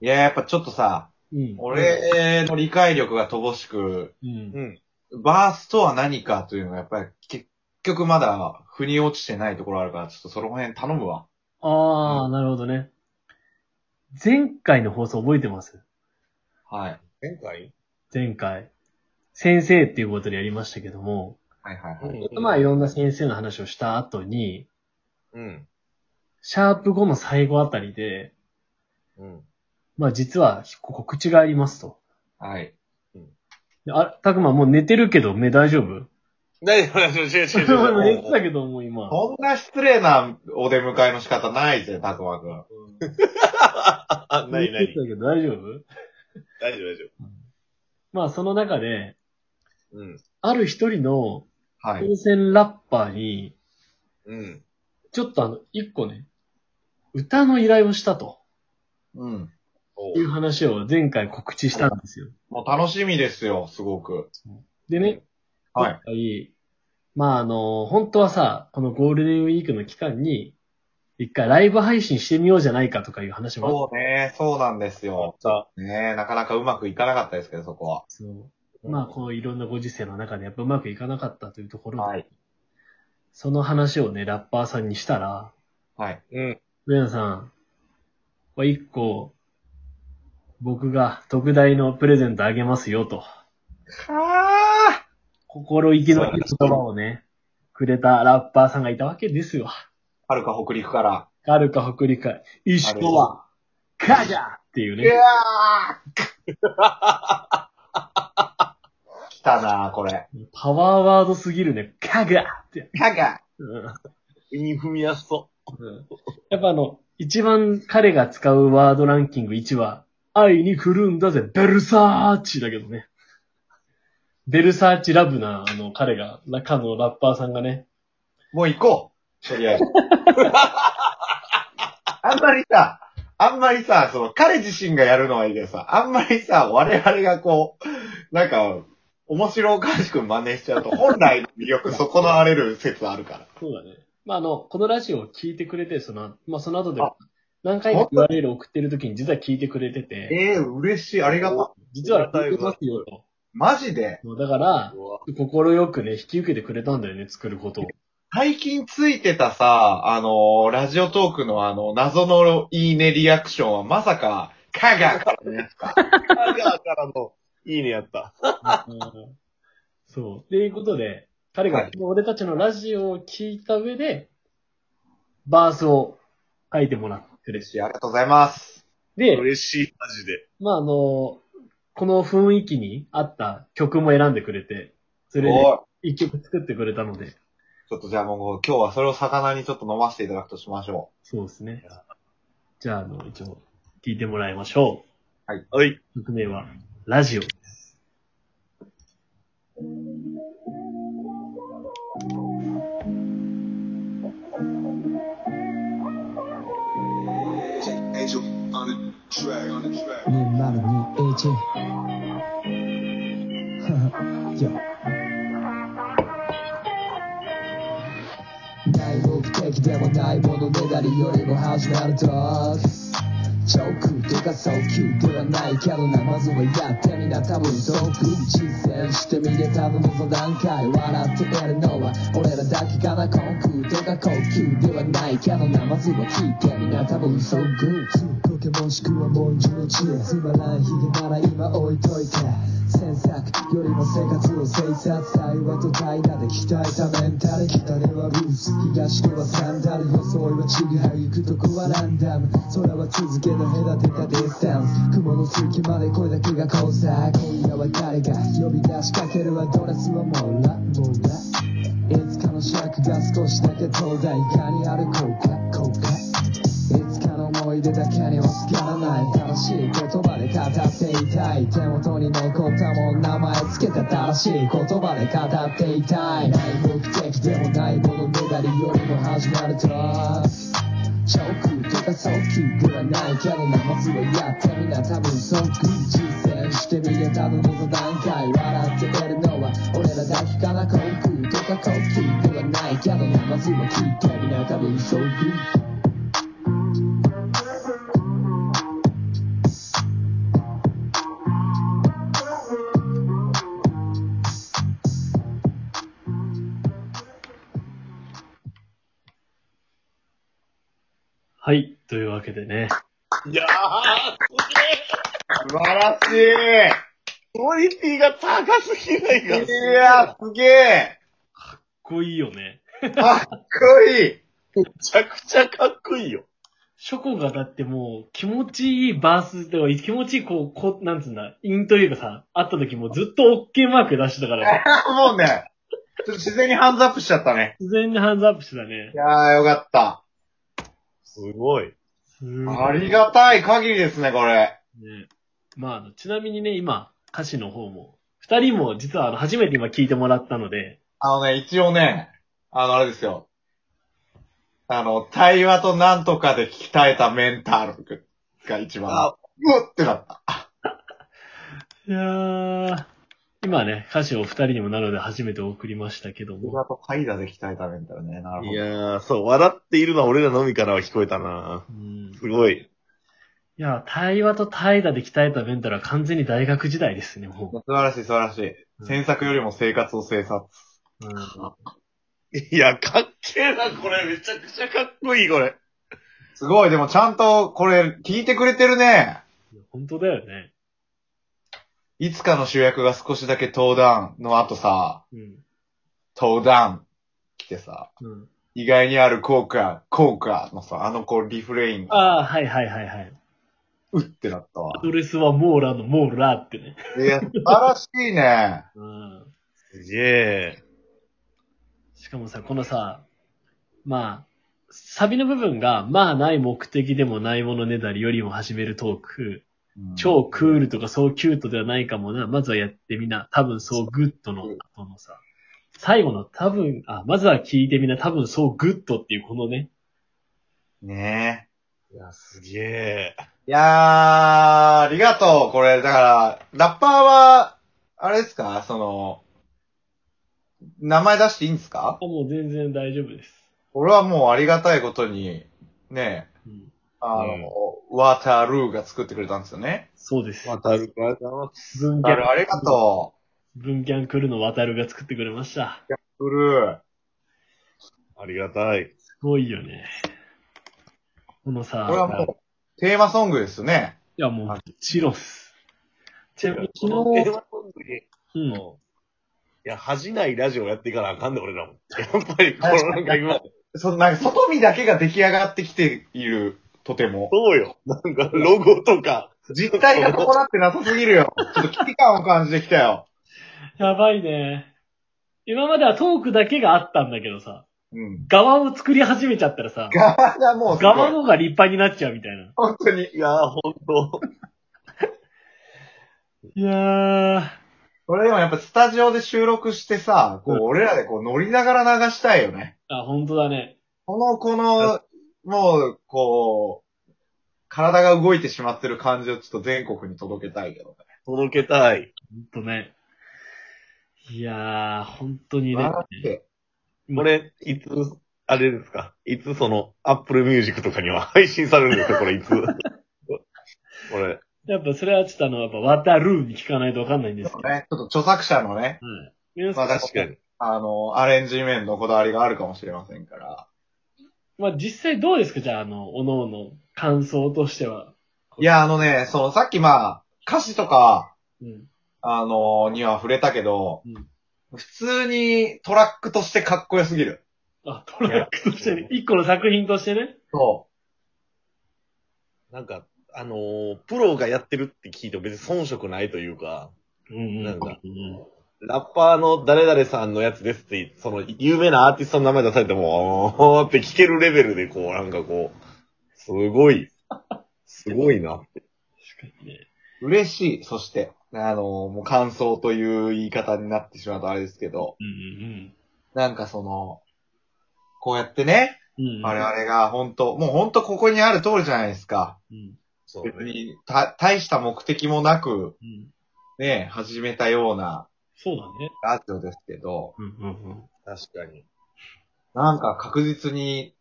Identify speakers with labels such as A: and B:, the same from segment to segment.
A: いや、やっぱちょっとさ、
B: うん。
A: 俺の理解力が乏しく、
B: うん。
C: うん。
A: バースとは何かというのがやっぱり結局まだ腑に落ちてないところあるから、ちょっとその辺頼むわ。
B: あ
A: う
B: ー、なるほどね。前回の放送覚えてます
A: はい。
C: 前回
B: 前回。先生っていうことでやりましたけども、
A: はいは
C: う
A: いはい。
C: ん
B: まあいろんな先生の話をした後に、
C: うん。
B: シャープ5の最後あたりで、
C: うん。
B: まあ実は告知がありますと。
A: はい。
B: であ、たくまもう寝てるけど目大丈夫
C: 大丈夫、大丈夫、違う違う違
B: 寝
C: う
B: てたけどもう 今。
A: そんな失礼なお出迎えの仕方ないぜ、たくまくん。
C: あ、ないな
B: 寝
C: い
B: て。たけど大丈夫
C: 大丈夫、大丈
B: まあその中で、
C: 夫。うん。
B: ある一人の
A: はい。
B: 当選ラッパーに、
C: うん。
B: ちょっとあの、一個ね、歌の依頼をしたと
A: うん。
C: お
B: いう話を前回告知したんですよ。
A: もう楽しみですよ、すごく。
B: でね、
A: はい。
B: い。まああの、本当はさ、このゴールデンウィークの期間に、一回ライブ配信してみようじゃないかとかいう話もあっ
A: そうね、そうなんですよ。
C: さ、
A: ねなかなかうまくいかなかったですけど、そこは。
B: たんですよ。まあこういろんなご時世の中でやっぱうまくいかなかったというところで、
A: はい。
B: その話をね、ラッパーさんにしたら、
A: はい。
C: うん。
B: 上野さん、これ一個、僕が特大のプレゼントあげますよと、
A: は
B: 心意気の言葉をね、くれたラッパーさんがいたわけですよ。
A: ーはるか北陸から。
B: はるか北陸か、石川、カジャっていう
A: い
B: ね、
A: 来たなこれ。
B: パワーワードすぎるね、カガって。
A: かが
B: うん
C: 身に踏みやすそ
B: うんやっぱあの、一番彼が使うワードランキング1は、愛に来るんだぜ、ベルサーチだけどね。ベルサーチラブな、あの、彼が、中のラッパーさんがね、
A: もう行こう。とりあえず。 あんまりさ、あんまりさ、その、彼自身がやるのはいいけどさ、あんまりさ、我々がこう、なんか、面白おかしく真似しちゃうと、本来の魅力損なわれる説あるか
B: そうだね。まあ、あの、このラジオを聞いてくれて、その、まあ、その後で
A: あ、
B: 何回か URL を送ってる時に実は聞いてくれて
A: ら。
B: て、
A: ええ嬉しい、ありがとう。
B: 実は聞いてますよと。
A: マジで、
B: もうだから
C: う。、うわ
B: 心よくね、引き受けてくれたんだよね、作ることを。
A: 最近ついてたさ、あのーラジオトークのあの、謎のいいねリアクションはまさか、かがからのやつか。
C: あじゃあからの、いいねやった。
B: うん そう。っていうことで、彼
A: は
B: が
A: い
B: 俺たちのラジオを聞いた上で、バースを書いてもらってる
A: 嬉しい、ありがとうございます。
B: で、
C: 嬉しい、マジで。
B: まあ、あの、この雰囲気に合った曲も選んでくれて、そ
A: お
B: れ
A: い
B: で一曲作ってくれたので、
A: ちょっとじゃあもう今日はそれを魚にちょっと飲ませていただくとしましょ
B: そうですね。じゃあ、あの、一応、聞いてもらいましょ
C: はい。
B: う。曲名は、ラジオ。
D: Angel on the track, on the track.
E: 2021 Yo. 大目的でもないものねだりよりも始まるとジョークとか早急ではないけどなまずはやってみな多分遠く実践してみれたのもその段階笑って得るのは俺らだけかなコンクとか高級ではないけどなまずは聞いてみな多分 so good ずっとけもしくは文字の知恵つまらんヒゲなら今置いといて詮索よりも生活を制殺対話と対話で鍛えたメンタル北ではルース東ではサンダル細いは違う行くとこはランダム空は続けの隔てたディスタンス雲の隙間で声だけが交差今夜は誰が呼び出しかけるアドレスはもらもらいつかの尺が少しだけ東大いかにある効果効果いつかの思い出だけにはつからない正しい言葉で語っていたい手元に残ったもん名前つけた正しい言葉で語っていたいない目的でもないものねだりよりも始まるとチョークとか早急ではないけどなまずはやってみな多分即実践してみれたのの段階笑って得るのは俺らだけかなコンクとか高級ではないけどなまずは聞いてみな多分即
B: はい。というわけでね。
C: いやー、
A: 素晴らし
C: クオリティが高すぎないか。
A: いいや、すげえ
B: こういいよね。
A: かっこいい
C: めちゃくちゃかっこいいよ。
B: ショコがだってもう気持ちいいバース、では気持ちいいこう、こう、なんつうんだ、インというかさ、会った時もずっと OK マーク出してたから、
A: もうね、ちょっと自然にハンズアップしちゃったね。
B: 自然にハンズアップしてたね
A: い。やー、よかった。
C: すごい。
B: すごい
A: ありがたい限りですね、これ。
B: ね。まああの、ちなみにね、今、歌詞の方も、二人も実はあの、初めて今聞いてもらったので、
A: あのね、一応ね、あの、あれですよ。あの、対話となんとかで鍛えたメンタルが一番
C: あ、
A: うわってなった。
B: いやー、今ね、歌詞を二人にもなので初めて送りましたけど
A: 対
B: も、
A: 話と怠惰で鍛えたメンタルね。なるほど。
C: いやー、そう、笑っているのは俺らのみからは聞こえたな
B: うん、
C: すごい。
B: いや、対話と対打で鍛えたメンタルは完全に大学時代ですね、も
A: 素晴らしい、素晴らしい。詮索よりも生活を生産。
B: う。うん
C: いや、かっけえな、これ。めちゃくちゃかっこいい、これ。
A: すごい、でもちゃんとこれ聞いてくれてるね。
B: 本当だよね。
A: いつかの主役が少しだけ登壇の後さ、
B: うん。
A: 登壇来てさ、
B: うん、
A: 意外にある効果、効果のさ、あのこうリフレイン、
B: ああ、はいはいはいはい。
A: うってなった
B: ア
A: わ。
B: ドレスはモーラのモーラってね。
A: いや、素晴らしいね。
B: うん。
C: すげえ。
B: しかもさ、このさ、まあ、サビの部分が、まあない目的でもないものねだりよりも始めるトーク、
A: うん
B: 超クールとかそうキュートではないかもな、まずはやってみな、多分そうグッドの後のさ、最後の多分、あ、まずは聞いてみな、多分そうグッドっていうこのね、
A: ね
C: いや、すげえ。
A: え。いやー、ありがとう。これ、だから、ラッパーは、あれですかその、名前出していいんですか
B: あもう全然大丈夫です。
A: 俺はもうありがたいことに、ねえ、
B: うん、
A: あの、ワータールーが作ってくれたんですよね。
B: そうです。
C: 渡るかな。
B: 文ギ
A: あ
B: ャン、
A: れ、ありがと
B: 文ギャン来るの渡るが作ってくれました。
A: う。ブルー。
C: ありがたい。
B: すごいよね。この
A: これはも
B: さ、
A: う、テーマソングですね。
B: いやもう、もちろんっす。ちなみに
C: こ
B: 昨
C: の電
B: 日、
C: 話ソングに、
B: うん
C: いや、恥じないラジオやっていかなあかんで、俺 らも。やっぱり、このなんか今、
A: そなんか、外見だけが出来上がってきている、とても。
C: そうよ。なんか、ロゴとか。
A: 実態が伴ってなさすぎるよ。ちょっと危機感を感じてきたよ。
B: やばいね。今まではトークだけがあったんだけどさ、
A: うん。
B: 側を作り始めちゃったらさ、
A: 側がもうすごい、
B: 側の方が立派になっちゃうみたいな。
A: 本当に。
C: いやー、ほんと。
B: いやー、
A: これでもやっぱスタジオで収録してさ、こう、
B: うん
A: 俺らでこう乗りながら流したいよね。
B: あ、本当だね。
A: この、この、もう、こう、体が動いてしまってる感じをちょっと全国に届けたいけどね。
C: 届けたい。
B: ほんとね。いやー、本当にね
A: 笑。って。
C: これ、いつ、あれですかいつその、アップルミュージックとかには配信されるんですかこれ、いつこれ。
B: やっぱそれはちょっとあの、やっぱ渡るに聞かないとわかんないんですけど。はい。
A: ね、ちょっと著作者のね、
B: 皆さ
A: ま
B: ん
A: あ、確かに、
C: に。
A: あの、アレンジ面のこだわりがあるかもしれませんから。
B: まあ実際どうですかじゃあ、あの、おのおの感想としては。
A: いや、あのね、その、さっきまあ、歌詞とか、
B: うん。
A: あの、には触れたけど、
B: うん
A: 普通にトラックとしてかっこよすぎる。
B: あ、トラックとしてね。一個の作品としてね。
A: そ
C: なんか、あのープロがやってるって聞いても別に遜色ないというか、
B: うん
C: なんか
B: うん
C: ラッパーの誰々さんのやつですって、その、有名なアーティストの名前出されても、おーって聞けるレベルで、こう、なんかこう、すごい、すごいな。
B: 確かにね。
A: う。嬉しい。そして、あの、もう感想という言い方になってしまうとあれですけど、
B: うんうん
A: なんかその、こうやってね、
B: うん。うん。
A: 我々が本当もう本当ここにある通りじゃないですか。
B: うん。
C: そ
A: 別に、た、大した目的もなく、
B: うん。
A: ね、始めたような
B: そうだね。
A: ラジオですけど、
B: うんうんうん。
C: 確かに。
A: なんか確実に、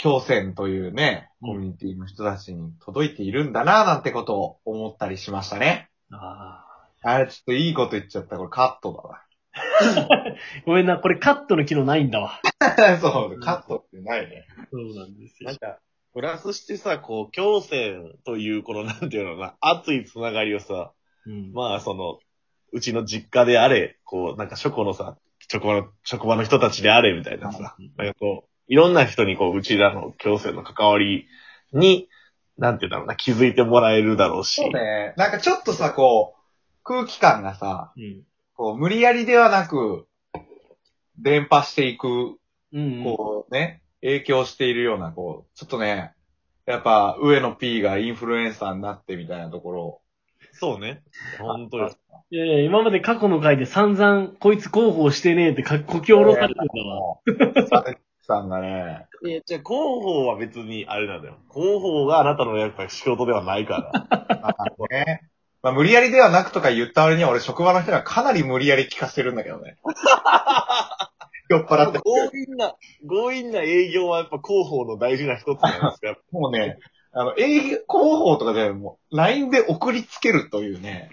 A: 共戦というね、
B: うん
A: コミュニティの人たちに届いているんだなぁなんてことを思ったりしましたね。
B: ああ。
A: あれ、ちょっといいこと言っちゃった。これカットだ
B: ごめんな、これカットの機能ないんだわ。
A: そう、カットってないね。
B: そうなんですよ
C: なん。か、プラスしてさ、こう、強戦という、この、なんていうのかな、熱いつながりをさ、
B: うん。
C: まあ、その、うちの実家であれ、こう、なんか、書庫のさ、職場の、職場の人たちであれ、みたいなさ、なんかこう、いろんな人に、こう、うちらの強戦の関わりに、なんていうんだろうな、気づいてもらえるだろうし、
A: そうね。なんかちょっとさ、こう、空気感がさ、
B: うん。
A: こう、無理やりではなく、伝播していく
B: うん。
A: こうね、影響しているような、こう、ちょっとね、やっぱ、上野 P がインフルエンサーになってみたいなところを。
C: そうね。本当よ。
B: いやいや、今まで過去の回で散々、こいつ広報してねえってか、こき下ろされてんだわ。
A: さんがね、
C: いや、じゃあ、広報は別に、あれなんだよ。広報があなたのやっぱ仕事ではない から。
A: ね。まあ、無理やりではなくとか言った割には、俺職場の人にはかなり無理やり聞かせてるんだけ どね。酔っ払って。
C: 強引な、強引な営業はやっぱ広報の大事な一つなん ですよ。
A: もうね、あの、営業広報とかでもう、LINE で送りつけるという ね。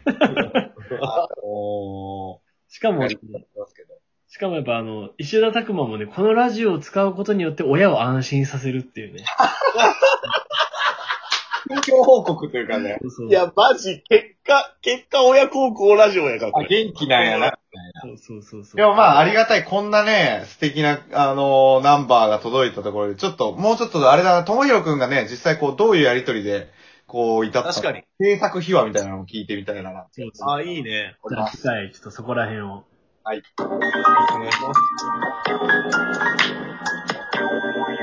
A: あの
B: しかも
A: ー、、ますけど
B: しかもやっぱあの、石田拓馬もね、このラジオを使うことによって親を安心させるっていうね。
A: 近況報告というかね、
B: そうそう
C: いや、マジ、結果、結果親高校ラジオやから、こ
A: あ、
C: れ。
A: 元気なんやな。
B: そうそうそうそう。
A: でもまあ、ありがたい。こんなね、素敵な、あのーナンバーが届いたところで、ちょっと、もうちょっと、あれだな、ともひろくんがね、実際こう、どういうやりとりで、こう、いたった。
C: 確かに。
A: 制作秘話みたいなのも聞いてみたいなな。
B: そうそう
C: あ、いいね。
A: お
B: じ
A: り
B: ゃあ
A: ま
B: 次
A: す。
B: 回、ちょっとそこら辺を。
A: はい。
C: お願いします。